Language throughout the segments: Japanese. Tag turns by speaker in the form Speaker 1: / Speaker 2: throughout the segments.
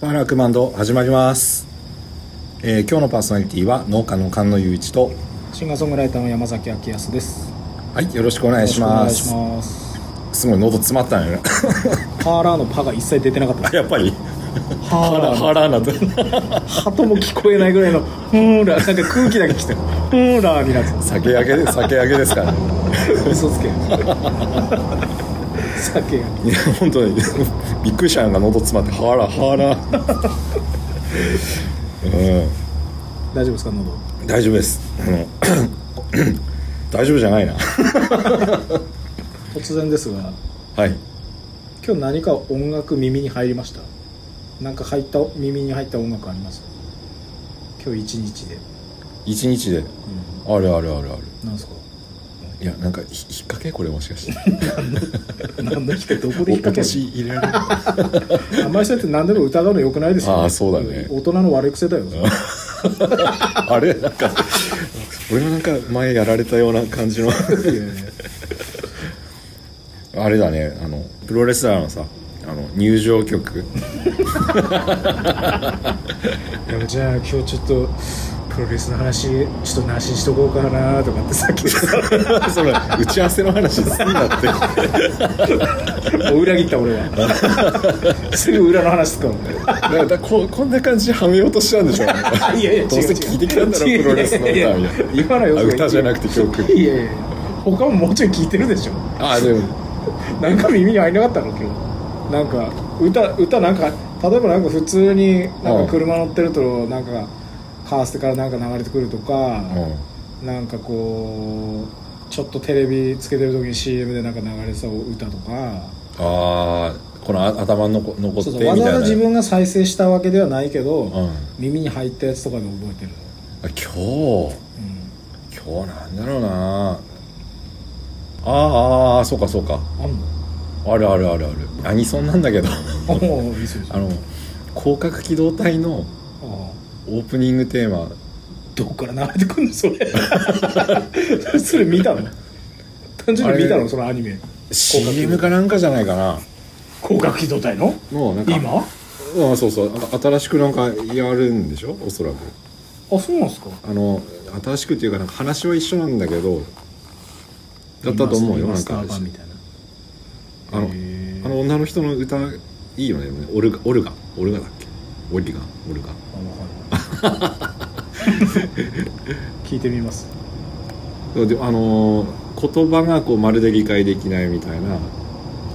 Speaker 1: パーラークマンド始まります、えー今日のパーソナリティは農家の菅野雄一と
Speaker 2: シンガーソングライターの山崎明康です。
Speaker 1: はいよろしくお願いします
Speaker 2: よろしくお願いします。
Speaker 1: すごい喉詰まったの よね
Speaker 2: パーラーのパが一切出てなかったで
Speaker 1: あやっぱり
Speaker 2: す。
Speaker 1: ハラ
Speaker 2: ハ
Speaker 1: ハラなと
Speaker 2: ー、ハとも聞こえないぐらいの、うーんら、なんか空気だけ来てる。うーんらーになって
Speaker 1: 酒揚 げで酒揚げですから、ね、
Speaker 2: た。嘘つけ。酒が。
Speaker 1: いや本当にびっくりしたのが喉詰まってハラハラう
Speaker 2: 大丈夫ですか、喉。
Speaker 1: ん大丈夫ですあの 大丈夫じゃないな
Speaker 2: 突然ですが、
Speaker 1: はい
Speaker 2: 今日何か音楽耳に入りましたなんか入った、耳に入った音楽あります今日一日で。
Speaker 1: 一日で
Speaker 2: う
Speaker 1: あるあるあるある
Speaker 2: ん。なんですか
Speaker 1: いやなんかひ引っ掛けこれもしかして
Speaker 2: 何の日かどこで 引っ
Speaker 1: 今
Speaker 2: 掛け
Speaker 1: 年入れられる
Speaker 2: あんまりそうやって何でも疑うのよくないですよ、
Speaker 1: ああそうだね
Speaker 2: 大人の悪い癖だよ
Speaker 1: あれなんか俺もなんか前やられたような感じのあれだねあのプロレスラーのさあの入場曲
Speaker 2: いやじゃあ今日ちょっとプロレスの話ちょっとなしにしとこうかなとかってさっき
Speaker 1: それ打ち合わせの話すんなって
Speaker 2: もう裏切った俺は すぐ裏の話すかも
Speaker 1: だからここんな感じではめようとしたんでしょ
Speaker 2: いやいや
Speaker 1: どうせ聞いてきたんだろ
Speaker 2: 違う違う
Speaker 1: プロレスの歌みたいな
Speaker 2: 今のよ
Speaker 1: あ歌じゃなくて曲
Speaker 2: いやいやいや他ももうちょい聞いてるでしょ
Speaker 1: あでも
Speaker 2: なんか耳に入んなかったの今日なんか歌歌なんか例えばなんか普通になんか車乗ってるとなんかカーステからなんか流れてくるとか、
Speaker 1: う
Speaker 2: なんかこうちょっとテレビつけてる時に CM でなんか流れそう歌とか
Speaker 1: んああこのあ頭のこ残って
Speaker 2: そう
Speaker 1: み
Speaker 2: そ
Speaker 1: たいうな
Speaker 2: わざわざ自分が再生したわけではないけど、
Speaker 1: うんあ
Speaker 2: 耳に入ったやつとかで覚えてるの、
Speaker 1: 今日今日なんだろうなあーあーそうかそうか
Speaker 2: うん、あん
Speaker 1: ある
Speaker 2: の
Speaker 1: あるあるあるアニソンなんだけど
Speaker 2: あもういいっすよいいっす
Speaker 1: あ
Speaker 2: よ
Speaker 1: の広角機動隊の
Speaker 2: あ
Speaker 1: オープニングテーマ
Speaker 2: どこから流れてくんのそれ それ見たの単純に見た
Speaker 1: あれ
Speaker 2: のそのアニメ
Speaker 1: CM かなんかじゃないかな
Speaker 2: 広角機動隊の
Speaker 1: もうなんか
Speaker 2: 今
Speaker 1: うんそうそうあ新しくなんかやるんでしょおそらく
Speaker 2: あそうなんですか
Speaker 1: あの新しくっていうかなんか話は一緒なんだけどだったと思うよ
Speaker 2: マ
Speaker 1: なん
Speaker 2: スタ
Speaker 1: か
Speaker 2: ー版みたいな
Speaker 1: あの
Speaker 2: へー
Speaker 1: あの女の人の歌いいよねでもねオルガオルガオルガだっけオリガンオルガ
Speaker 2: あわかんない 聞いてみます
Speaker 1: そうであのー言葉がこうまるで理解できないみたいな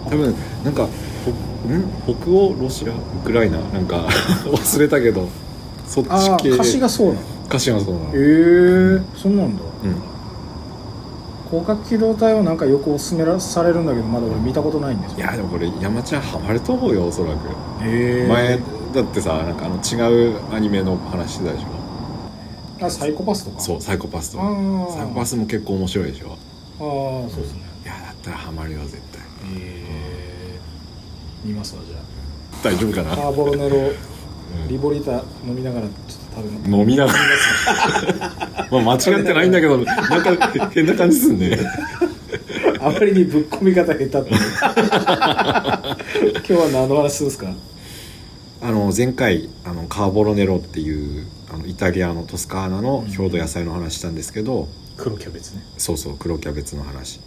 Speaker 1: 多分なんかほん北欧ロシアウクライナなんか 忘れたけどそっ
Speaker 2: ああ
Speaker 1: ち系
Speaker 2: 歌詞がそうなの
Speaker 1: 歌詞がそうなの、
Speaker 2: ええそうなんだ
Speaker 1: うん、
Speaker 2: 広角機動隊はなんかよくおすすめされるんだけどまだ俺見たことないんですよ
Speaker 1: いやでもこれ山ちゃんハマると思うよおそらく、
Speaker 2: ええ
Speaker 1: 前だってさなんかあの違うアニメの話してたでしょ
Speaker 2: あサイコパスとか
Speaker 1: そうサイコパスと
Speaker 2: あー
Speaker 1: サイコパスも結構面白いでしょ
Speaker 2: ああそうですね
Speaker 1: いやだったらハマるよ絶対
Speaker 2: ええ見ますわじゃ
Speaker 1: 大丈夫か
Speaker 2: あ
Speaker 1: な
Speaker 2: カーボロネロ
Speaker 1: うん
Speaker 2: リボリータ飲みながらちょっと食べ ます
Speaker 1: 飲みながらまあ間違ってないんだけどなんか変な感じすんね
Speaker 2: あまりにぶっ込み方下手って 今日は何の話するんですか
Speaker 1: あの前回あのカーボロネロっていうあのイタリアのトスカーナの郷土野菜の話したんですけど、
Speaker 2: 黒キャベツね
Speaker 1: そうそう黒キャベツの話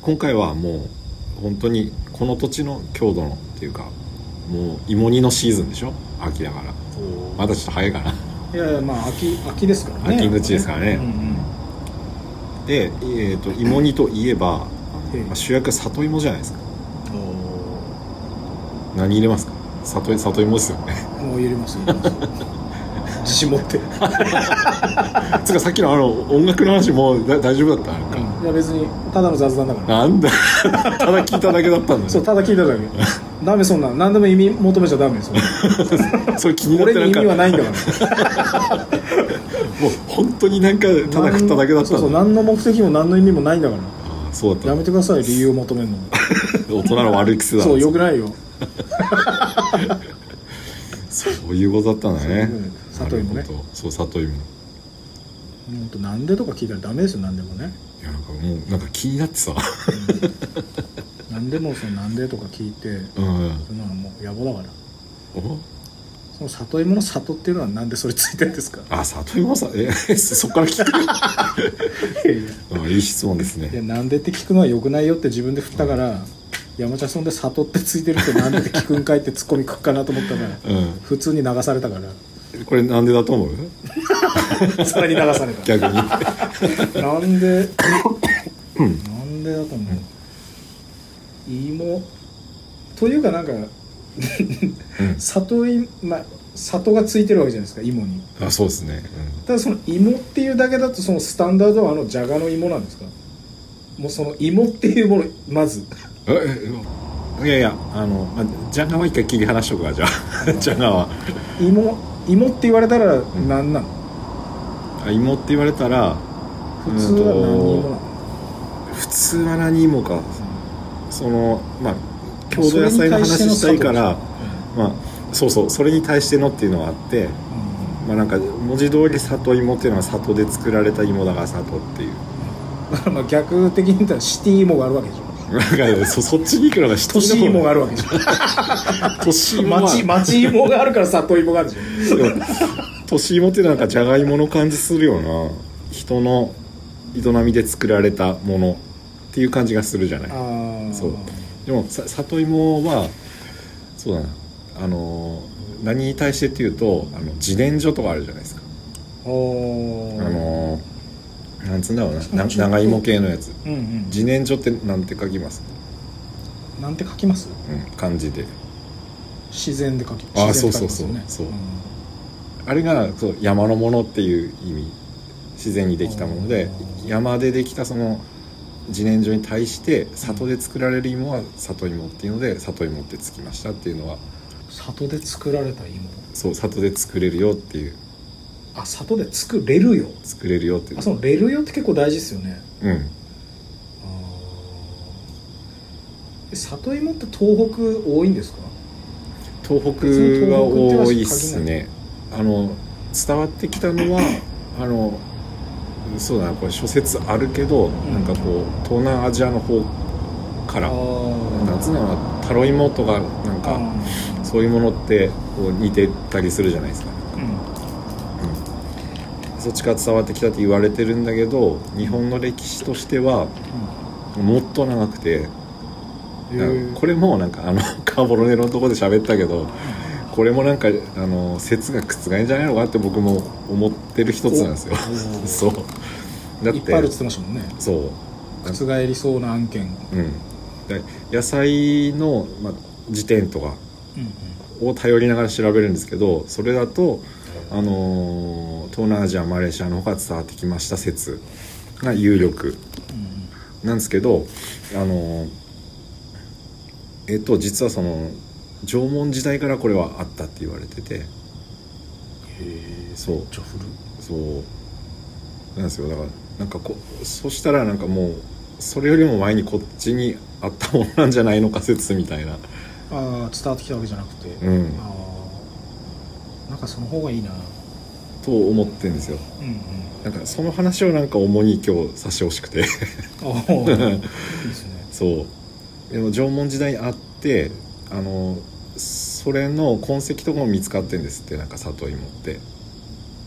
Speaker 1: 今回はもう本当にこの土地の郷土のっていうかもう芋煮のシーズンでしょ秋だからまだちょっと早いかない
Speaker 2: やいやまあ秋秋ですからね
Speaker 1: 秋口ですからね
Speaker 2: うんうん
Speaker 1: で、えー、と芋煮といえば、
Speaker 2: ええ
Speaker 1: まあ主役は里芋じゃないですか
Speaker 2: お
Speaker 1: 何入れますか里里芋ですよね
Speaker 2: ーもう入れます入れます自信持って
Speaker 1: つうかさっきのあの音楽の話もうだ大丈夫だったなんか、
Speaker 2: いや別にただの雑談だから
Speaker 1: なんだ ただ聞いただけだったんだね
Speaker 2: そうただ聞いただけダメそんなん何でも意味求めちゃダメ それ
Speaker 1: それ気になっ
Speaker 2: 俺
Speaker 1: てな
Speaker 2: に
Speaker 1: ん
Speaker 2: 意
Speaker 1: か
Speaker 2: 味は
Speaker 1: も
Speaker 2: ないんだから
Speaker 1: う本当になんか ただ食っただけだったんだ
Speaker 2: そうそう何の目的も何の意味もないんだか
Speaker 1: あーそうだっ
Speaker 2: ら
Speaker 1: た
Speaker 2: やめてください理由を求めるの
Speaker 1: 大人の悪い癖だ
Speaker 2: そうよくないよ
Speaker 1: そういうことだったんだね
Speaker 2: そういうこと
Speaker 1: なる
Speaker 2: ね
Speaker 1: ほどそう里芋
Speaker 2: 本当なんでとか聞いたらダメですよ何でもね
Speaker 1: いやなんかもうなんか気になってさ
Speaker 2: 何でもそのなんでとか聞いて
Speaker 1: うん
Speaker 2: そんなのもう野暮だから
Speaker 1: お
Speaker 2: その里芋の里っていうのはなんでそれついてるんですか
Speaker 1: あ里芋さんえそっから 聞く
Speaker 2: いやいや
Speaker 1: あいい質問です
Speaker 2: いや
Speaker 1: ね
Speaker 2: なんでって聞くのはよくないよって自分で振ったから山茶そんで里ってついてるってなんでって聞くんかいってツッコミくっかなと思ったから
Speaker 1: う
Speaker 2: 普通に流されたから
Speaker 1: んこれなんでだと思う
Speaker 2: さらに流された
Speaker 1: 逆に
Speaker 2: なんで
Speaker 1: うん
Speaker 2: なんでだと思う芋というかなんか
Speaker 1: うん
Speaker 2: 里い、まあ、里がついてるわけじゃないですか芋に
Speaker 1: あそうですね、
Speaker 2: ただその芋っていうだけだとそのスタンダードはあのじゃがの芋なんですかもうその芋っていうものまず
Speaker 1: うん、ええいやいやあの、まあ、ジャガーは一回切り離しとくわじゃ あジャガーは
Speaker 2: 芋芋って言われたら何なの、
Speaker 1: あ芋って言われたら
Speaker 2: 普通は何芋なの
Speaker 1: 普通は何芋かそのまあ郷土野菜の話したいからまあそうそうそれに対してのっていうのはあってまあなんか文字通り里芋っていうのは里で作られた芋だから里っていう
Speaker 2: だからまあ逆的に言ったらシティ芋があるわけでしょ
Speaker 1: なんかそそっちに行くのが
Speaker 2: 都市芋 があ
Speaker 1: る
Speaker 2: るわけでしょ
Speaker 1: 年芋は
Speaker 2: 町町芋があるから里芋があるでしょ
Speaker 1: でも年芋っていうのはなんかじゃがいもの感じするような人の営みで作られたものっていう感じがするじゃない
Speaker 2: ああ
Speaker 1: そうでもさ里芋はそうだなあのー何に対してっていうとあの自伝所とかあるじゃないですか
Speaker 2: お
Speaker 1: あ
Speaker 2: ー
Speaker 1: のーなんつうんだろうなな長芋系のやつ
Speaker 2: うんうん
Speaker 1: 自然薯ってなんて書きます、
Speaker 2: なんて書きます
Speaker 1: うん、漢字で
Speaker 2: 自然で書き
Speaker 1: あー
Speaker 2: 自然って書きます
Speaker 1: そうそ
Speaker 2: よ
Speaker 1: うそうんあれがそう山のものっていう意味自然にできたもので
Speaker 2: あー
Speaker 1: 山でできたその自然薯に対して里で作られる芋は里芋っていうので里芋ってつきましたっていうのは
Speaker 2: 里で作られた芋
Speaker 1: そう里で作れるよっていう
Speaker 2: あ里で作れるよ
Speaker 1: 作れるよっていう
Speaker 2: あそのレルよって結構大事ですよね
Speaker 1: うん
Speaker 2: あー里芋って東北多いんですか
Speaker 1: 東北は多いっすねあの伝わってきたのはあのそうだなこれ諸説あるけど、
Speaker 2: ん
Speaker 1: なんかこう東南アジアの方から
Speaker 2: あ
Speaker 1: 夏なのタロイモとかなん
Speaker 2: あ
Speaker 1: かそういうものってこう似てたりするじゃないですか、
Speaker 2: うん
Speaker 1: うん、そっちから伝わってきたって言われてるんだけど日本の歴史としてはもっと長くて
Speaker 2: うん
Speaker 1: これもなんかあの カーボロネロのとこで喋ったけどこれもなんかあの説が覆んじゃないのかって僕も思ってる一つなんですよ
Speaker 2: そ
Speaker 1: そうだっ
Speaker 2: いっぱいあるってつってましたもんね
Speaker 1: そう
Speaker 2: 覆りそうな案件
Speaker 1: うんだ野菜の、まあ、辞典とか
Speaker 2: うんうん
Speaker 1: を頼りながら調べるんですけどそれだと、あのー東南アジアマレーシアの方が伝わってきました説が有力なんですけどあのーえっと実はその縄文時代からこれはあったって言われてて
Speaker 2: へえ
Speaker 1: そう
Speaker 2: ジョフル
Speaker 1: そうなんですよだからなんかこそしたらなんかもうそれよりも前にこっちにあったものなんじゃないのか説みたいな
Speaker 2: ああ伝わってきたわけじゃなくて
Speaker 1: うん
Speaker 2: ああなんかその方がいいな
Speaker 1: と思ってんですよ
Speaker 2: うんうん
Speaker 1: なんかその話をなんか主に今日差し押しくて
Speaker 2: おーいいですね
Speaker 1: そうでも縄文時代にあってあのそれの痕跡とかも見つかってんですってなんか里芋って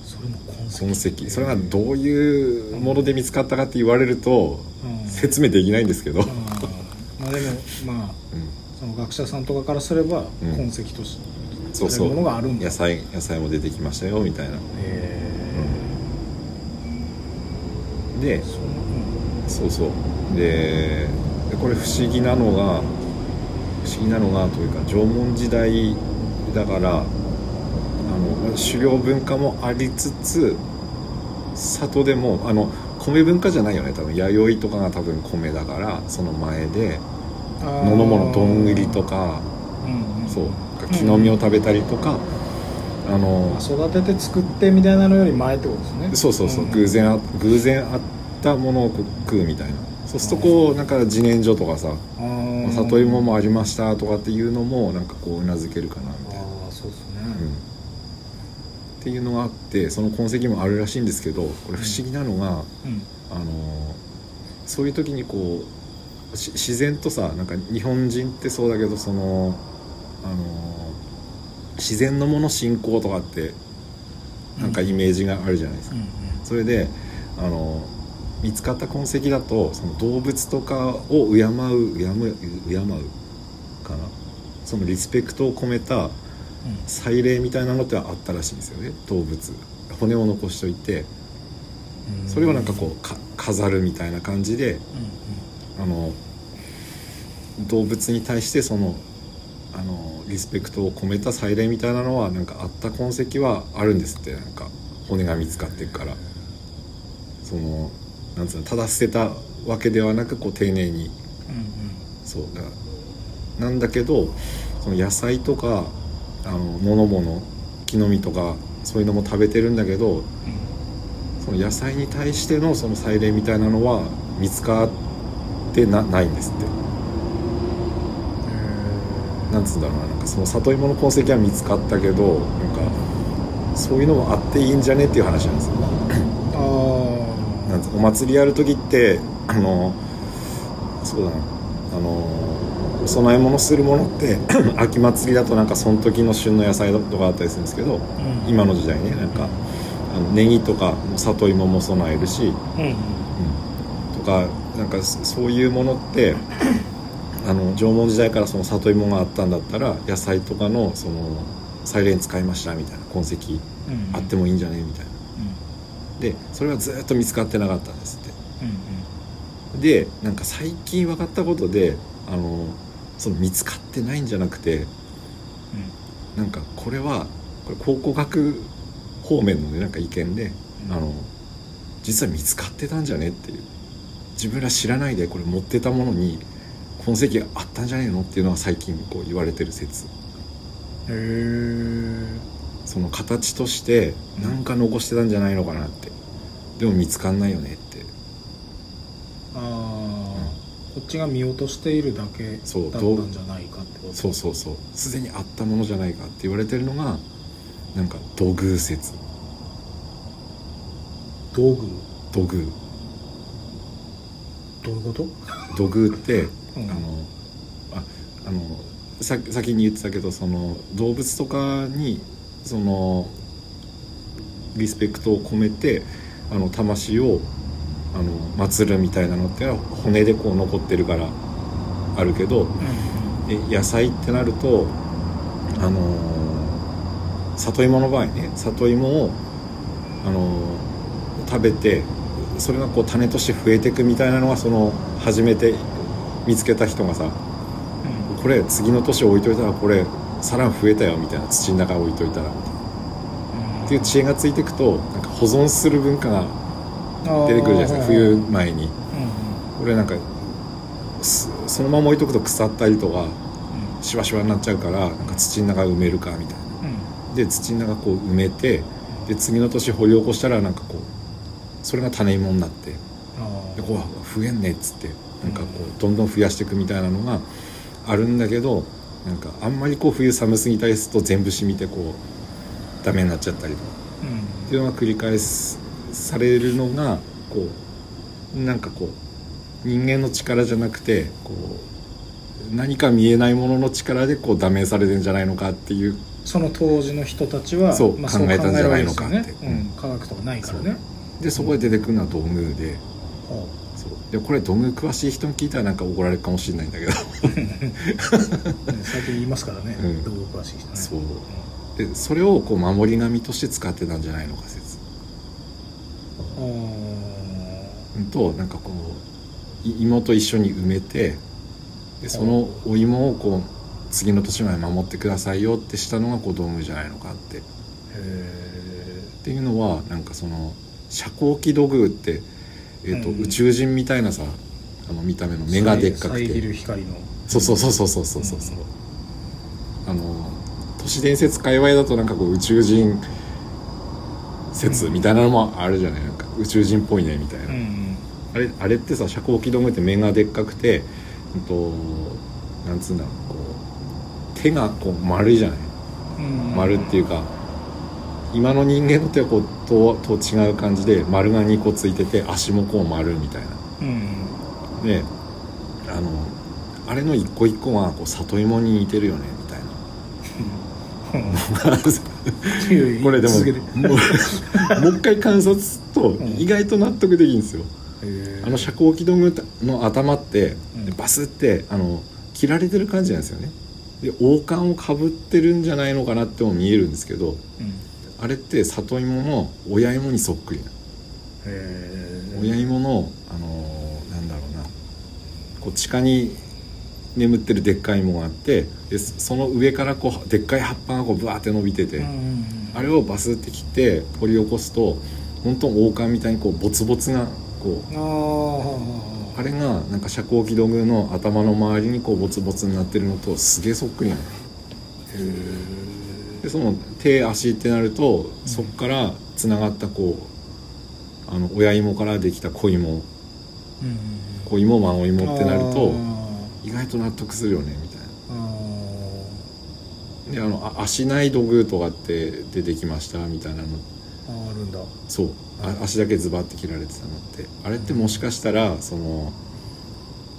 Speaker 2: それも痕跡
Speaker 1: 痕跡それがどういうもので見つかったかって言われると
Speaker 2: うん
Speaker 1: 説明できないんですけど、うん
Speaker 2: うんまあでもまあその学者さんとかからすれば
Speaker 1: うん
Speaker 2: 痕跡として
Speaker 1: そう
Speaker 2: そ
Speaker 1: そう
Speaker 2: いう
Speaker 1: う
Speaker 2: ものがあるんだ
Speaker 1: 野菜野菜も出てきましたよみたいな
Speaker 2: へ
Speaker 1: で
Speaker 2: えそんな
Speaker 1: そうそうででこれ不思議なのが不思議なのがというか縄文時代だからあの狩猟文化もありつつ里でもあの米文化じゃないよね多分弥生とかが多分米だからその前で
Speaker 2: あー
Speaker 1: ものものどんぐりとか
Speaker 2: うんうん
Speaker 1: そう木の実を食べたりとか、あの
Speaker 2: まあ育てて作ってみたいなのより前ってことですね
Speaker 1: そうそうそう、
Speaker 2: ん
Speaker 1: 偶然あ偶然あったものをこう食うみたいなそうするとこうなんか自然薯とかさ
Speaker 2: あー
Speaker 1: 里芋もありましたとかっていうのもなんかこううなずけるかなみたいな、
Speaker 2: ああそうですね、
Speaker 1: うん、っていうのがあってその痕跡もあるらしいんですけどこれ不思議なのが、
Speaker 2: うん
Speaker 1: あのーそういう時にこうし自然とさなんか日本人ってそうだけどその、あの自然のもの信仰とかってなんかイメージがあるじゃないですか、それであの見つかった痕跡だとその動物とかを敬う敬う敬うかなそのリスペクトを込めた祭礼みたいなのってあったらしいんですよね動物骨を残しといてそれをなんかこうか飾るみたいな感じで
Speaker 2: うん、うん
Speaker 1: あの動物に対してそのあのリスペクトを込めた祭礼みたいなのはなんかあった痕跡はあるんですってなんか骨が見つかってからそのなんつうのただ捨てたわけではなくこう丁寧に
Speaker 2: う
Speaker 1: そうだからなんだけどその野菜とかあの物々木の実とかそういうのも食べてるんだけど
Speaker 2: んうん
Speaker 1: その野菜に対してのその祭礼みたいなのは見つかってなないんですって。なんつうんだろうななんかその里芋の痕跡は見つかったけどなんかそういうのもあっていいんじゃねっていう話なんですよ
Speaker 2: ああ
Speaker 1: なんつお祭りやる時ってあのそうだなあのお供え物するものって 秋祭りだとなんかその時の旬の野菜とかあったりするんですけど
Speaker 2: うん
Speaker 1: 今の時代ねなんかあのネギとか里芋も備えるし
Speaker 2: うんうん
Speaker 1: とかなんかそそういうものってあの縄文時代からその里芋があったんだったら野菜とかのそのサイレン使いましたみたいな痕跡あってもいいんじゃねみたいなでそれはずっと見つかってなかったんですっ
Speaker 2: うん
Speaker 1: てでなんか最近分かったことであのその見つかってないんじゃなくてなんかこれはこれ考古学方面のねなんか意見で、
Speaker 2: うん
Speaker 1: あの実は見つかってたんじゃねっていう自分ら知らないでこれ持ってたものに痕跡があったんじゃねえのっていうのは最近こう言われてる説
Speaker 2: うんうんへ
Speaker 1: その形としてなんか残してたんじゃないのかなってでも見つかんないよねって
Speaker 2: えああこっちが見落としているだけだ
Speaker 1: そう
Speaker 2: った
Speaker 1: どうん
Speaker 2: じゃないかってこと
Speaker 1: そうそうそうすでにあったものじゃないかって言われてるのがなんか土偶説
Speaker 2: 道具
Speaker 1: 土偶
Speaker 2: どういうこと
Speaker 1: 土偶って、
Speaker 2: うん
Speaker 1: あのああのさ先に言ってたけどその動物とかにそのリスペクトを込めてあの魂をあの祀るみたいなのってのは骨でこう残ってるからあるけどえ野菜ってなるとあの里芋の場合ね里芋をあの食べてそれがこう種として増えていくみたいなのがその初めて見つけた人がさ
Speaker 2: う
Speaker 1: これ次の年置いといたらこれさらに増えたよみたいな土の中置いといたらみたいなっていう知恵がついていくとなんか保存する文化が出てくるじゃないですか冬前にこれなんかすそのまま置いとくと腐ったりとかシワシワになっちゃうからなんか土の中埋めるかみたいな。で土の中こう埋めてで次の年掘り起こしたらなんかこうそれが種芋になってでこう増えんねっつってなんかこうどんどん増やしていくみたいなのがあるんだけどなんかあんまりこう冬寒すぎたりすると全部染みてこうダメになっちゃったりとかっていうのが繰り返すされるのがこうなんかこう人間の力じゃなくてこう何か見えないものの力でこうダメされてんじゃないのかっていう
Speaker 2: その当時の人たちは
Speaker 1: そう
Speaker 2: まあ
Speaker 1: 考えたんじゃないのか
Speaker 2: そう
Speaker 1: って
Speaker 2: 考えられるんですよねうん科学とかないからね
Speaker 1: でそこで出てくるのは土偶で
Speaker 2: ほ
Speaker 1: そうでこれ土偶詳しい人に聞いたらなんか怒られるかもしれないんだけど
Speaker 2: うね最近言いますからね
Speaker 1: うん
Speaker 2: 道具詳しい人ね
Speaker 1: そうんでそれをこう守り神として使ってたんじゃないのか説
Speaker 2: あー
Speaker 1: うんとなんかこうい芋と一緒に埋めてでそのお芋をこう次の年まで守ってくださいよってしたのがこう土偶じゃないのかってっ
Speaker 2: へ
Speaker 1: ていうのはなんかその遮光器土偶って、えーと
Speaker 2: うん
Speaker 1: 宇宙人みたいなさあの見た目の
Speaker 2: ー
Speaker 1: 目がでっかく
Speaker 2: 遮
Speaker 1: て
Speaker 2: る光の
Speaker 1: そうそうそうそうそうそうそうそうあの都市伝説界隈だとなんかこう宇宙人説みたいなのもあるじゃないなんか宇宙人っぽいねみたいな、
Speaker 2: うんうん
Speaker 1: あれあれってさ遮光器道具って目がでっかくて、うんと、なんつうんだろうこう手がこう丸いじゃない
Speaker 2: うんうん
Speaker 1: 丸っていうか今の人間の手はこうとと違う感じで丸が2個ついてて足もこう丸みたいな
Speaker 2: うん
Speaker 1: であのあれの一個一個がこう里芋に似てるよねみたいな これでも
Speaker 2: 続けて
Speaker 1: も うもう一回観察すると
Speaker 2: ん
Speaker 1: 意外と納得できるんですよ、
Speaker 2: へー
Speaker 1: あの遮光器ドームの頭って、
Speaker 2: うん
Speaker 1: でバスってあの切られてる感じなんですよねで王冠をかぶってるんじゃないのかなっても見えるんですけど
Speaker 2: うん
Speaker 1: あれって里芋の親芋にそっくりな
Speaker 2: へー
Speaker 1: 親芋の、あのーなんだろうなこう地下に眠ってるでっかい芋があってでそその上からこうでっかい葉っぱがこうブワーって伸びてて、
Speaker 2: うんうんうん
Speaker 1: あれをバスって切って掘り起こすと本当王冠みたいにこうボツボツなこう
Speaker 2: あー
Speaker 1: あれがなんか遮光器道具の頭の周りにこうボツボツになってるのとすげえそっくりなの
Speaker 2: へー
Speaker 1: でその手足ってなるとそっからつながったこうあの親芋からできた子芋
Speaker 2: うんうん
Speaker 1: 子芋孫
Speaker 2: うん
Speaker 1: 芋ってなると
Speaker 2: あ
Speaker 1: 意外と納得するよねみたいな
Speaker 2: ーあ
Speaker 1: であのあ足ない土偶とかって出てきましたみたいなの
Speaker 2: ーあーあるんだ
Speaker 1: そうあ足だけズバって切られてたのってあれってもしかしたらその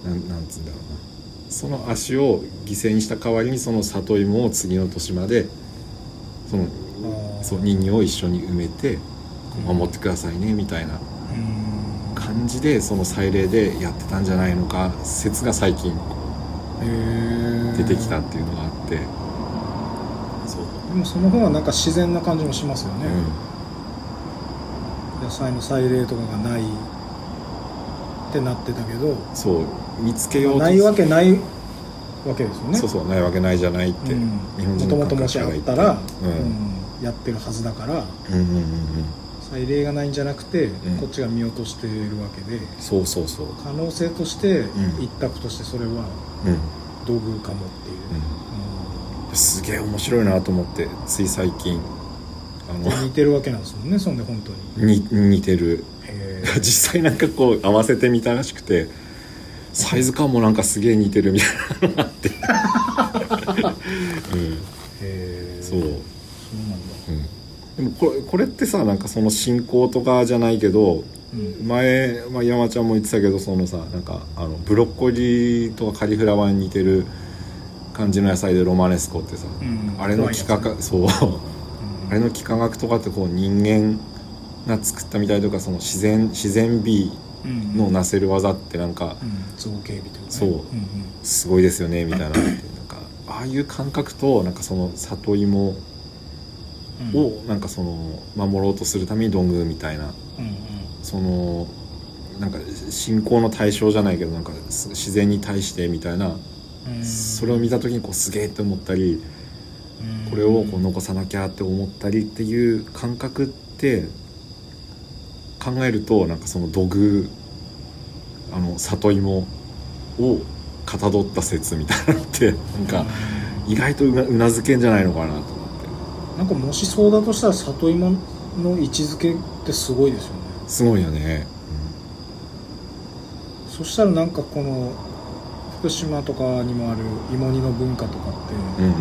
Speaker 1: なんなんつうんだろうなその足を犠牲にした代わりにその里芋を次の年までその
Speaker 2: あー
Speaker 1: そう人形を一緒に埋めて
Speaker 2: うん
Speaker 1: 守ってくださいねみたいな
Speaker 2: うん
Speaker 1: 感じでその祭礼でやってたんじゃないのか説が最近
Speaker 2: へー
Speaker 1: 出てきたっていうのがあってそう、
Speaker 2: でもその方がなんか自然な感じもしますよね、
Speaker 1: う
Speaker 2: 野菜の祭礼とかがないってなってたけど、
Speaker 1: ん、そう見つけようと
Speaker 2: ないわけないわけですよね
Speaker 1: そうそうないわけないじゃないって、
Speaker 2: うん
Speaker 1: 日本
Speaker 2: も
Speaker 1: 人
Speaker 2: と
Speaker 1: の
Speaker 2: もと
Speaker 1: 感
Speaker 2: もしあ
Speaker 1: 覚
Speaker 2: っ
Speaker 1: が
Speaker 2: たら、
Speaker 1: うん
Speaker 2: うんやってるはずだから
Speaker 1: うんうんうんうん
Speaker 2: 祭礼がないんじゃなくて、
Speaker 1: うん
Speaker 2: こっちが見落としてるわけで
Speaker 1: そうそうそう
Speaker 2: 可能性として、
Speaker 1: うん
Speaker 2: 一択としてそれは
Speaker 1: うん、
Speaker 2: 道具かもっていう、
Speaker 1: すげえ面白いなと思ってつい最近あ
Speaker 2: うんで
Speaker 1: の
Speaker 2: 似てるわけなんですもんねそんで本当に
Speaker 1: に似てる
Speaker 2: へ
Speaker 1: 実際なんかこう合わせてみたらしくてサイズ感もなんかすげえ似てるみたい なのがあって、
Speaker 2: え
Speaker 1: うん、そう、うん、
Speaker 2: そうなんだ
Speaker 1: でもこれこれってさなんかその信仰とかじゃないけど
Speaker 2: うん
Speaker 1: 前、まあ、山ちゃんも言ってたけどそのさなんかあのブロッコリーとかカリフラワーに似てる感じの野菜でロマネスコってさ、
Speaker 2: うん
Speaker 1: あれの幾何
Speaker 2: 怖いや
Speaker 1: 学そう あれの幾何学とかってこう人間が作ったみたいとかその自然自然美
Speaker 2: つね
Speaker 1: のなせる技ってなんか
Speaker 2: うん造形美というか、ね、
Speaker 1: そうん
Speaker 2: ん
Speaker 1: すごいですよねみたいなのってなんかああいう感覚となんかその里芋
Speaker 2: うん
Speaker 1: をなんかその守ろうとするためにどんぐーみたいな
Speaker 2: うん
Speaker 1: そのなんか信仰の対象じゃないけどなんかす自然に対してみたいな、
Speaker 2: うんうん
Speaker 1: それを見た時にこうすげえって思ったりこれをこう残さなきゃって思ったりっていう感覚って考えるとなんかその土偶あの里芋をかたどった説みたいなのってなんか意外とうなうなずけんじゃないのかなと思って
Speaker 2: なんかもしそうだとしたら里芋の位置づけってすごいですよね
Speaker 1: すごいよね。
Speaker 2: そしたらなんかこの福島とかにもある芋煮の文化とかって、
Speaker 1: うん、うん、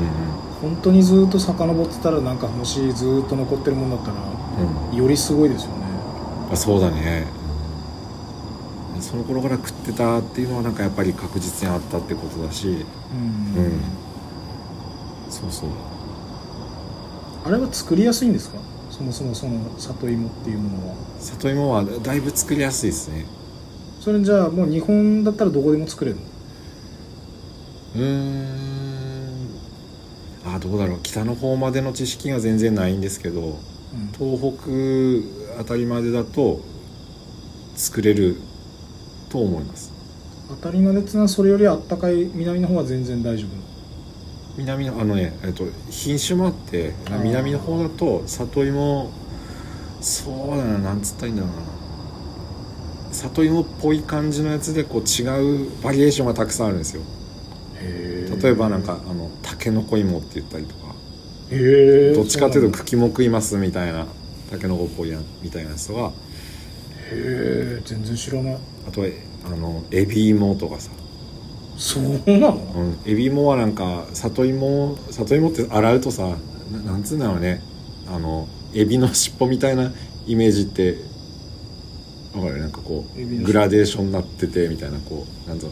Speaker 2: 本当にずっと遡ってたらなんかもしずっと残ってるもんだったら
Speaker 1: うんうん
Speaker 2: よりすごいですよね
Speaker 1: あそうだねその頃から食ってたっていうのはなんかやっぱり確実にあったってことだし
Speaker 2: うん、
Speaker 1: うんそうそう
Speaker 2: あれは作りやすいんですかそもそもその里芋っていうものは
Speaker 1: 里芋はだいぶ作りやすいですね
Speaker 2: それじゃあもう日本だったらどこでも作れるの
Speaker 1: うーんあどうだろう北の方までの知識が全然ないんですけど
Speaker 2: うん
Speaker 1: 東北あたりまでだと作れると思います
Speaker 2: 当たり前ですがそれよりあったかい南の方は全然大丈夫
Speaker 1: 南のあのね、えっと、品種もあって
Speaker 2: あー
Speaker 1: 南の方だと里芋そうだななんつったらいいんだろうな里芋っぽい感じのやつでこう違うバリエーションがたくさんあるんですよ例えばなんかあのタケノコ芋って言ったりとか
Speaker 2: へえ
Speaker 1: どっちかっていうと
Speaker 2: へ
Speaker 1: 茎も食いますみたいなタケノコっぽいやみたいなやつとか
Speaker 2: え全然知らない
Speaker 1: あとはあのエビ芋とかさ、
Speaker 2: そうなの
Speaker 1: うん、エビ芋はなんか里芋里芋って洗うとさななんつうんだろうねあのエビの尻尾みたいなイメージってわかるなんかこ
Speaker 2: エビ
Speaker 1: う
Speaker 2: の尻尾
Speaker 1: グラデーションになっててみたいなこうなんつうの、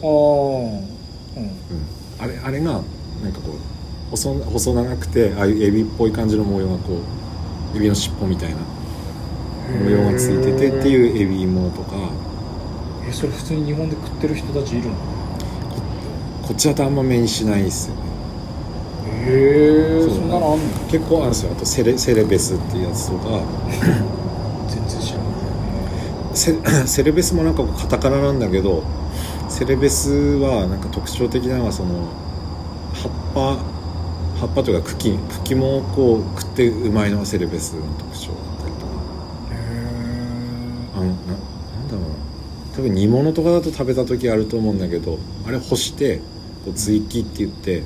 Speaker 2: あ
Speaker 1: う
Speaker 2: あ
Speaker 1: ん、あれあれがなんかこう細細長くてああいうエビっぽい感じの模様がこうエビの尻尾みたいな模様がついててって
Speaker 2: う
Speaker 1: いうエビ芋とか
Speaker 2: えそれ普通に日本で食ってる人たちいるの
Speaker 1: こっちだとあんま目にしないですよね
Speaker 2: へえ
Speaker 1: そう
Speaker 2: そんなのあんの
Speaker 1: 結構あるんですよあとセレセレベスっていうやつとか
Speaker 2: 全然知らない
Speaker 1: セ セレベスもなんかこうカタカナなんだけどセレベスはなんか特徴的なのはその葉っぱ葉っぱというか茎茎もこう食ってうまいのがセレベスの特徴だったりとかあのななんだろうな多分煮物とかだと食べた時あると思うんだけどあれ干してこう追記って言って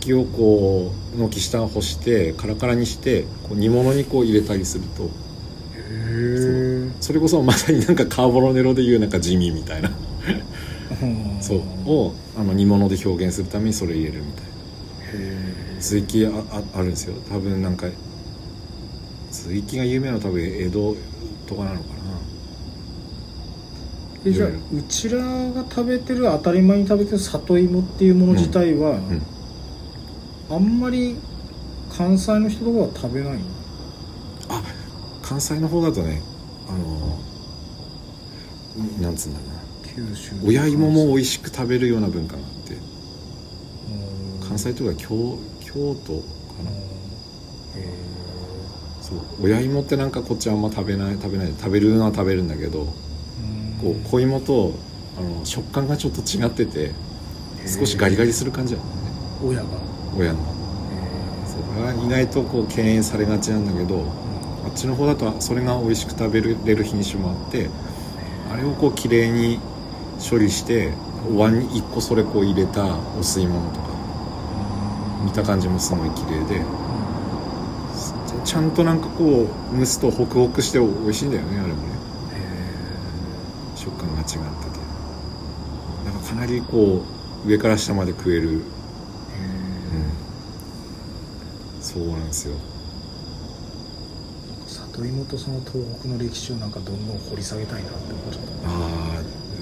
Speaker 1: 茎をこう軒下を干してカラカラにしてこう煮物にこう入れたりすると
Speaker 2: へえ
Speaker 1: それこそまさになんかカーボロネロでいうなんか地味みたいな。そうをあの煮物で表現するためにそれ入れるみたいな
Speaker 2: へ
Speaker 1: 水域あああるんですよ多分なんか水域が有名なのは多分江戸とかなのか
Speaker 2: えじゃあうちらが食べてる当たり前に食べてる里芋っていうもの自体は、
Speaker 1: な、うん、
Speaker 2: あんまり関西の人とかは食べない
Speaker 1: あ関西の方だとねあのうんなんつうんだろうな
Speaker 2: 九州
Speaker 1: 親芋も美味しく食べるような文化があって関西とか京京都かなそう親芋ってなんかこっちあんま食べない食べない食べるのは食べるんだけどこう小芋とあの食感がちょっと違ってて少しガリガリする感じだもんね
Speaker 2: 親が
Speaker 1: 親のそれは意外とこう敬遠されがちなんだけどあっちの方だとそれが美味しく食べれる品種もあってあれをこう綺麗に処理してお椀に1個それこう入れたお吸い物とか見た感じもすごい綺麗でちゃんとなんかこう蒸すとホクホクして美味しいんだよねあれもね食感が違っててなんかかなりこう上から下まで食えるうんそうなんですよ
Speaker 2: 里芋とその東北の歴史をなんかどんどん掘り下げたいなって思っちゃった
Speaker 1: あ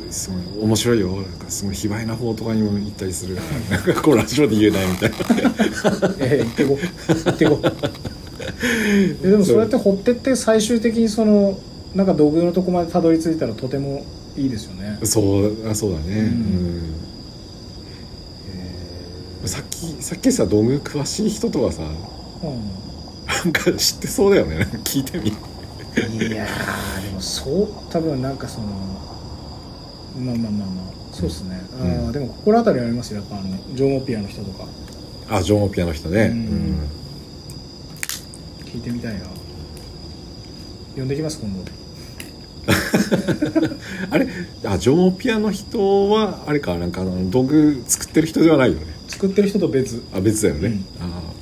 Speaker 1: あすごい面白いよなんかすごい卑猥な方とかにも行ったりする なんかこうラジオで言えないみたいな
Speaker 2: ええ行ってこ行ってこえでもそうやって掘ってって最終的にそのなんか土偶のとこまでたどり着いたらとてもいいですよね
Speaker 1: そうあそうだね、う
Speaker 2: うん
Speaker 1: さっきさっきさ道具詳しい人とかさ
Speaker 2: う
Speaker 1: なんか知ってそうだよねなんか聞いてみ
Speaker 2: ん、いやーでもそう多分なんかそのまあまあまあまあそうですね、あ
Speaker 1: う
Speaker 2: ーでも心当たりありますよやっぱあのジョーモピアの人とか
Speaker 1: あジョン・オピアの人ね、う
Speaker 2: うんん聞いてみたいな呼んできます今度
Speaker 1: あれあジョン・オピアの人はあれかなんかあの道具作ってる人ではないよね
Speaker 2: 作ってる人と別
Speaker 1: あ別だよね、
Speaker 2: うん
Speaker 1: あー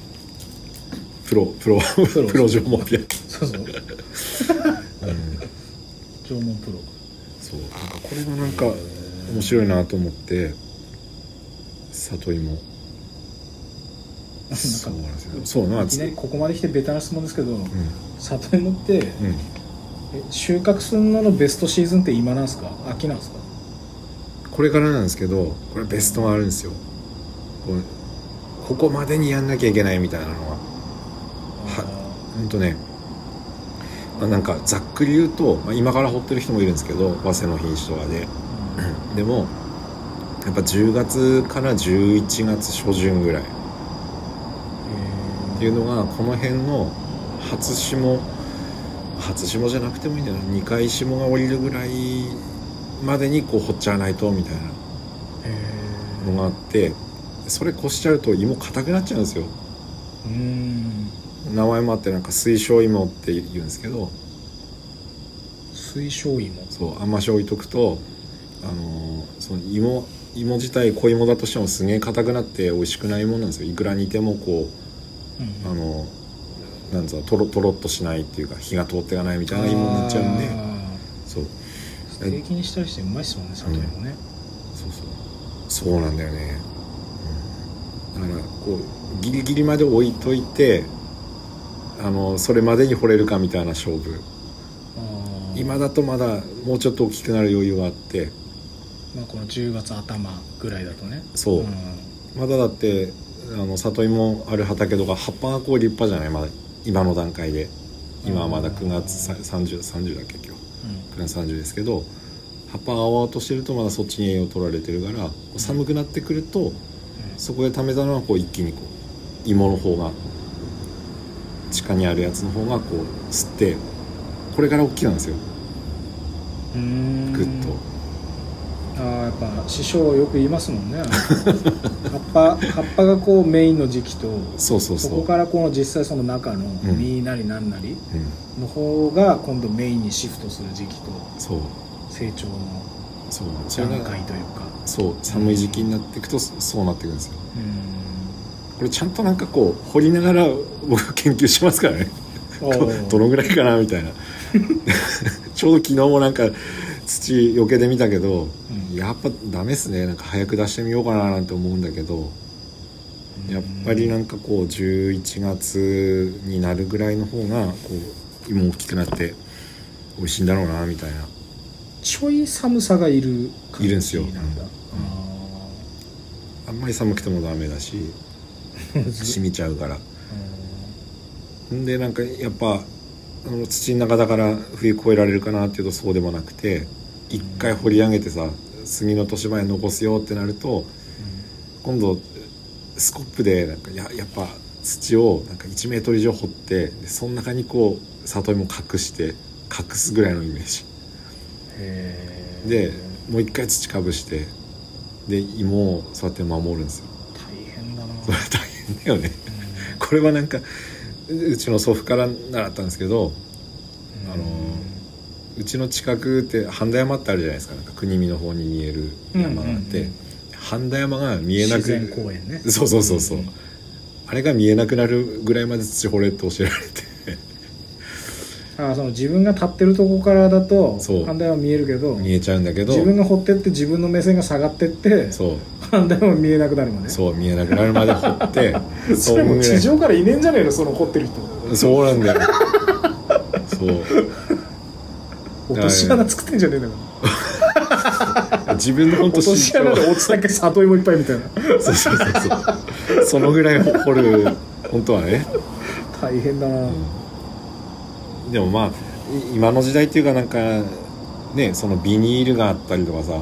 Speaker 1: プロプロプ
Speaker 2: ロ
Speaker 1: ロプロジョン・オピア
Speaker 2: そうそう縄文プロ
Speaker 1: そうなんかこれがなんか面白い なと思って里芋そうなんですよそうなん
Speaker 2: い
Speaker 1: で
Speaker 2: き
Speaker 1: す
Speaker 2: な
Speaker 1: う
Speaker 2: りここまで来てベタな質問ですけど、
Speaker 1: ん
Speaker 2: 里芋って
Speaker 1: うん
Speaker 2: え収穫するののベストシーズンって今なんですか秋なんですか
Speaker 1: これからなんですけどこれベストがあるんですよこうここまでにやんなきゃいけないみたいなのはほんとね、まあ、なんかざっくり言うと、まあ、今から掘ってる人もいるんですけど早稲の品種とかででもやっぱ10月から11月初旬ぐらいっていうのがこの辺の初霜初霜じゃなくてもいいんだよな2回霜が降りるぐらいまでにこう掘っちゃわないとみたいなのがあってそれ越しちゃうと芋硬くなっちゃうんですよ
Speaker 2: うん
Speaker 1: 名前もあってなんか水晶芋って言うんですけど
Speaker 2: 水晶芋
Speaker 1: そうあんまし置いとくとあのーその芋芋自体小芋だとしてもすげえ硬くなって美味しくないもんなんですよいくら煮てもこう
Speaker 2: うん
Speaker 1: あのーなんつうのとろとろっとしないっていうか火が通っていかないみたいな芋になっちゃうんで
Speaker 2: あ
Speaker 1: そう
Speaker 2: ーステーキにしたりしてうまいっすもんね里芋ね、
Speaker 1: そうそうそうなんだよね、うん、だからこうギリギリまで置いといてあのそれまでに掘れるかみたいな勝負
Speaker 2: あー
Speaker 1: 今だとまだもうちょっと大きくなる余裕があって
Speaker 2: まあ、この10月頭ぐらいだとね
Speaker 1: そう
Speaker 2: うん
Speaker 1: まだだってあの里芋ある畑とか葉っぱがこう立派じゃない、まだ、今の段階で今はまだ9月さ3030だっけ今日9月30ですけど葉っぱが青々としてるとまだそっちに栄養取られてるからこう寒くなってくるとそこで貯めたのはこう一気にこう芋の方が地下にあるやつの方がこう吸ってこれから大きなんですよ
Speaker 2: うん
Speaker 1: グッと。
Speaker 2: ああやっぱ師匠よく言いますもんね 葉っぱ葉っぱがこうメインの時期と
Speaker 1: そうそうそ
Speaker 2: そうこからこの実際その中の実なりなんなり
Speaker 1: うん
Speaker 2: の方が今度メインにシフトする時期と
Speaker 1: そう
Speaker 2: 成長の
Speaker 1: そうそれ
Speaker 2: 段
Speaker 1: が
Speaker 2: 階というか
Speaker 1: そう寒い時期になっていくとそそうなっていくんですよ
Speaker 2: うん
Speaker 1: これちゃんとなんかこう掘りながら僕研究しますからねこうどのぐらいかなみたいな ちょうど昨日もなんか土よけで見たけど
Speaker 2: うん
Speaker 1: やっぱダメっすねなんか早く出してみようかななんて思うんだけどやっぱりなんかこう11月になるぐらいの方がこう芋大きくなって美味しいんだろうなみたいな
Speaker 2: ちょい寒さがいる感じ
Speaker 1: いるんですよ
Speaker 2: なんだ
Speaker 1: うん
Speaker 2: あ
Speaker 1: あんまり寒くてもダメだし
Speaker 2: ー
Speaker 1: 染みちゃうから
Speaker 2: うん
Speaker 1: んでなんかやっぱあの土の中だから冬越えられるかなっていうとそうでもなくて一回掘り上げてさ杉の年前残すよってなると今度スコップでなんかややっぱ土をなんか1メートル以上掘ってでその中にこう里芋隠して隠すぐらいのイメージ
Speaker 2: へー
Speaker 1: でもう一回土かぶしてで芋をそうやって守るんですよ
Speaker 2: 大変だな
Speaker 1: これ大変だよねこれはなんかううちの祖父から習ったんですけど あのうちの近くって半田山ってあるじゃないですかなんか国見の方に見える山があって、
Speaker 2: うんうん
Speaker 1: 半田山が見
Speaker 2: 見
Speaker 1: えなく
Speaker 2: 自然公園ね
Speaker 1: そうそうそうそう、
Speaker 2: うん
Speaker 1: あれが見えなくなるぐらいまで土掘れって教えられて
Speaker 2: あーその自分が立ってるとこからだと
Speaker 1: そう
Speaker 2: 反対は見えるけど
Speaker 1: 見えちゃうんだけど
Speaker 2: 自分が掘ってって自分の目線が下がってって
Speaker 1: そう
Speaker 2: 反対は見えなくなるまで
Speaker 1: そう見えなくなるまで掘って
Speaker 2: それ
Speaker 1: う
Speaker 2: もう
Speaker 1: ぐらい
Speaker 2: 地上からいねえんじゃねえのその掘ってる人
Speaker 1: そうなんだよそう
Speaker 2: 落とし穴作ってんじゃねえんだから
Speaker 1: 自分の本当
Speaker 2: 落とし穴で落ちたけ里芋いっぱいみたいな
Speaker 1: そうそうそうそうそのぐらい掘る本当はね
Speaker 2: 大変だな
Speaker 1: でもまあい今の時代っていうかなんかねそのビニールがあったりとかさ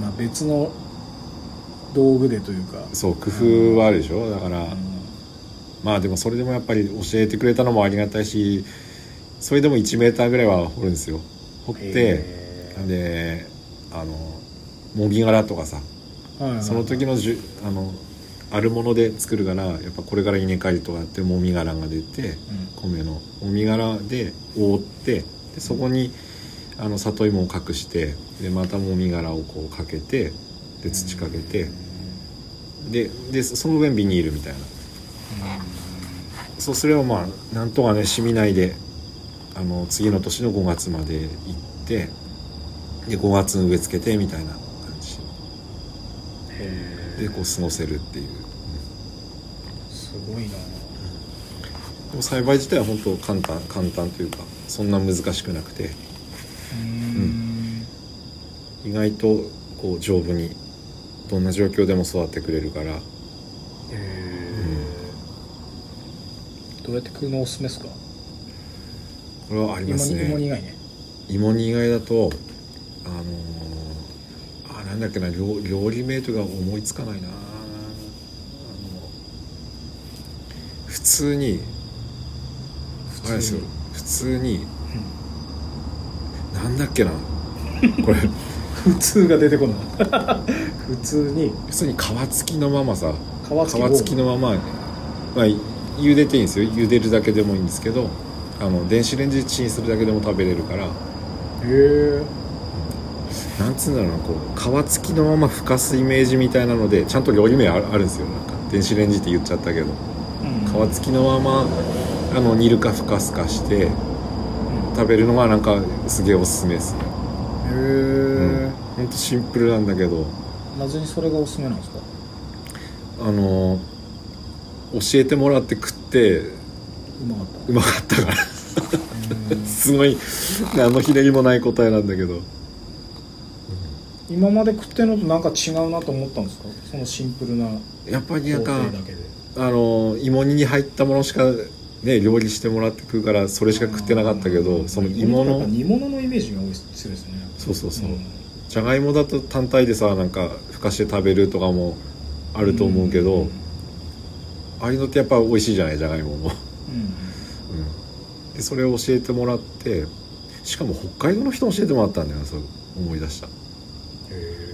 Speaker 2: まあ別の道具でというか
Speaker 1: そう工夫はあるでしょだからまあでもそれでもやっぱり教えてくれたのもありがたいしそれでも1メーターぐらいは掘るんですよ掘って
Speaker 2: へ
Speaker 1: であの模擬殻とかさ
Speaker 2: ーはいはい
Speaker 1: その時のじゅあのあるもので作るからやっぱこれから稲刈りとかやってもみ殻が出て
Speaker 2: うん
Speaker 1: 米のもみ殻で覆ってでそこにあの里芋を隠してでまたもみ殻をこうかけてで土かけてででその上にビニールみたいなそうすればまあなんとかね染みないであの次の年の5月まで行ってで5月に植え付けてみたいな感じ
Speaker 2: へー
Speaker 1: でこう過ごせるっていう
Speaker 2: すごいな
Speaker 1: でも栽培自体は本当簡単簡単というかそんな難しくなくて
Speaker 2: うん
Speaker 1: 意外とこう丈夫にどんな状況でも育ってくれるから
Speaker 2: へーどうやって食うのおすすめですか
Speaker 1: これはあり
Speaker 2: 芋
Speaker 1: ます
Speaker 2: に芋に
Speaker 1: ね
Speaker 2: 以外ね
Speaker 1: 芋煮以外だとあのーあなんだっけな料料理名とか思いつかないなあの普通に
Speaker 2: 普
Speaker 1: あれですよ普通に
Speaker 2: うん
Speaker 1: なんだっけなこれ
Speaker 2: 普通が出てこない 普通に
Speaker 1: 普通に皮付きのままさ
Speaker 2: 皮付き
Speaker 1: 皮付きのまま、まあ、茹でていいんですよ茹でるだけでもいいんですけどあの電子レンジでチンするだけでも食べれるから
Speaker 2: へ
Speaker 1: なんつうんだろうなこう皮付きのままふかすイメージみたいなのでちゃんと料理名あるあるんですよなんか電子レンジって言っちゃったけど
Speaker 2: え
Speaker 1: 皮付きのままあの煮るかふかすかして食べるのがなんかすげえおすすめですね、
Speaker 2: へえ
Speaker 1: ほんとシンプルなんだけど
Speaker 2: なぜにそれがおすすめなんですか
Speaker 1: あの教えてもらって食って
Speaker 2: うまかった
Speaker 1: うまかったから
Speaker 2: うん
Speaker 1: すごい何のひねりもない答えなんだけど
Speaker 2: 今まで食ってるのとなんか違うなと思ったんですかそのシンプルな
Speaker 1: やっぱり
Speaker 2: 工
Speaker 1: なんか
Speaker 2: 程だけで
Speaker 1: ああの芋煮に入ったものしかね料理してもらって食うからそれしか食ってなかったけどその芋
Speaker 2: やっぱ
Speaker 1: の
Speaker 2: 煮物のイメージが多いでするですね
Speaker 1: そうそうそう、
Speaker 2: ん
Speaker 1: じゃがいもだと単体でさなんかふかして食べるとかもあると思うけど、
Speaker 2: ん
Speaker 1: ああいうのってやっぱ美味しいじゃないじゃがいもも、
Speaker 2: うん
Speaker 1: うん、でそれを教えてもらってしかも北海道の人も教えてもらったんだよなそう思い出した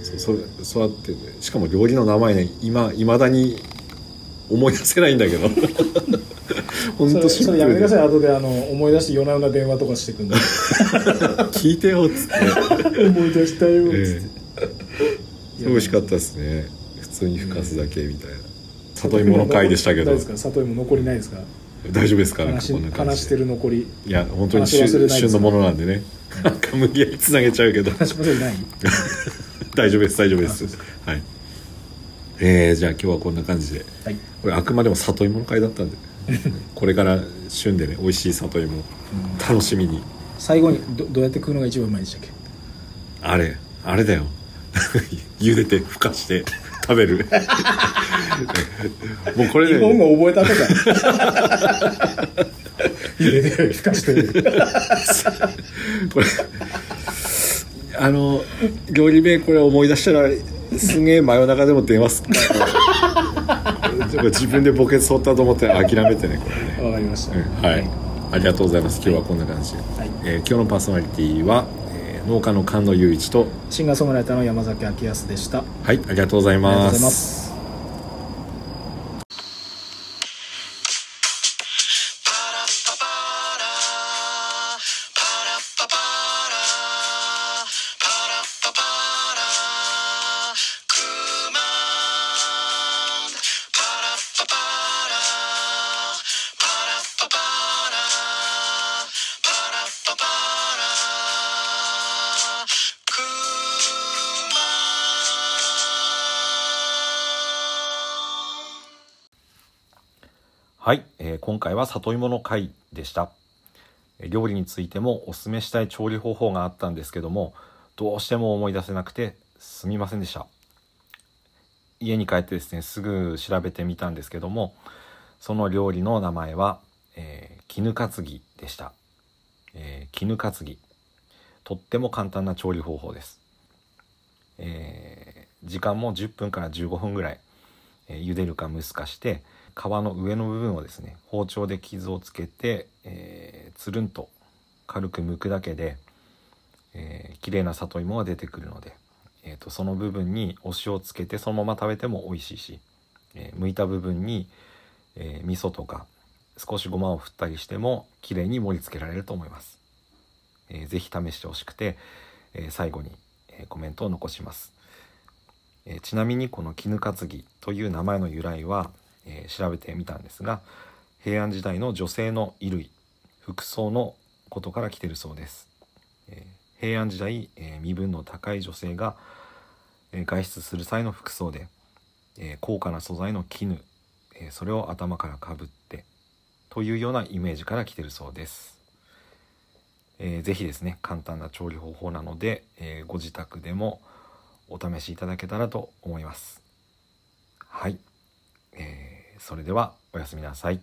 Speaker 1: そうそれそうやってねしかも料理の名前ね今いまだに思い出せないんだ けど本
Speaker 2: そ
Speaker 1: 当
Speaker 2: れ
Speaker 1: シン
Speaker 2: そ
Speaker 1: プ
Speaker 2: れやめ
Speaker 1: ル
Speaker 2: てく
Speaker 1: で
Speaker 2: ださい後であの思い出して夜な夜な電話とかしてくんで
Speaker 1: 聞いてよっ つって、
Speaker 2: 思い出したよっつ
Speaker 1: え
Speaker 2: って、
Speaker 1: え美味しかったですね普通にふかすだけみたいな、里芋の会でしたけど
Speaker 2: 大丈夫ですか里芋残りないですか
Speaker 1: 大丈夫ですかなんか
Speaker 2: 話
Speaker 1: こんな感じで
Speaker 2: 話してる残り
Speaker 1: いや本当に
Speaker 2: 話忘れない
Speaker 1: 旬
Speaker 2: です
Speaker 1: 旬のものなんでねなんか無理やりつなげちゃうけ ど
Speaker 2: 話忘れない
Speaker 1: 大丈夫です大丈夫で
Speaker 2: あそうです
Speaker 1: はいえー、じゃあ今日はこんな感じで
Speaker 2: はい
Speaker 1: これあくまでも里芋の会だった んでこれから旬でね美味しい里芋楽しみに
Speaker 2: 最後にどどうやって食うのが一番うまいでしたっけ
Speaker 1: あれあれだよ 茹でてふかして食べ るもうこれ
Speaker 2: 日本
Speaker 1: ね
Speaker 2: 語覚えたとか 入れて聞か してる
Speaker 1: これあの料理名これ思い出したらすげえ真夜中でも電 話す自分でボケそうったと思って諦めてねこれね
Speaker 2: わかりました、
Speaker 1: うんはい、ありがとうございます。今日はこんな感じで、
Speaker 2: い
Speaker 1: えー今日のパーソナリティは、えー農家の菅野雄一と、
Speaker 2: シンガーソングライターの山崎明康でしたあり
Speaker 1: はい、ありがとうござい
Speaker 2: がとう
Speaker 1: ま。
Speaker 2: ございますす
Speaker 1: はい、えー今回は里芋の会でした。えー料理についてもおすすめしたい調理方法があったんですけども、どうしても思い出せなくてすみませんでした。家に帰ってですね、すぐ調べてみたんですけども、その料理の名前は、えー絹担ぎでした。えー絹担ぎ。とっても簡単な調理方法です。えー時間も10分から15分ぐらい、えー茹でるか蒸すかして、皮の上の部分をですね包丁で傷をつけて、えーつるんと軽く剥くだけで、えー、綺麗な里芋が出てくるので、えー、とその部分にお塩をつけてそのまま食べても美味しいし、えー剥いた部分に、えー味噌とか少しごまを振ったりしても綺麗に盛り付けられると思います、えー、ぜひ試してほしくて、えー最後に、えーコメントを残しますえーちなみにこの絹担ぎという名前の由来は、えー調べてみたんですが平安時代の女性の衣類服装のことから来てるそうです、えー平安時代、えー身分の高い女性が、えー外出する際の服装で、えー高価な素材の絹、えーそれを頭からかぶってというようなイメージから来てるそうです、えーぜひですね簡単な調理方法なので、えーご自宅でもお試しいただけたらと思います。はい。えーそれではおやすみなさい。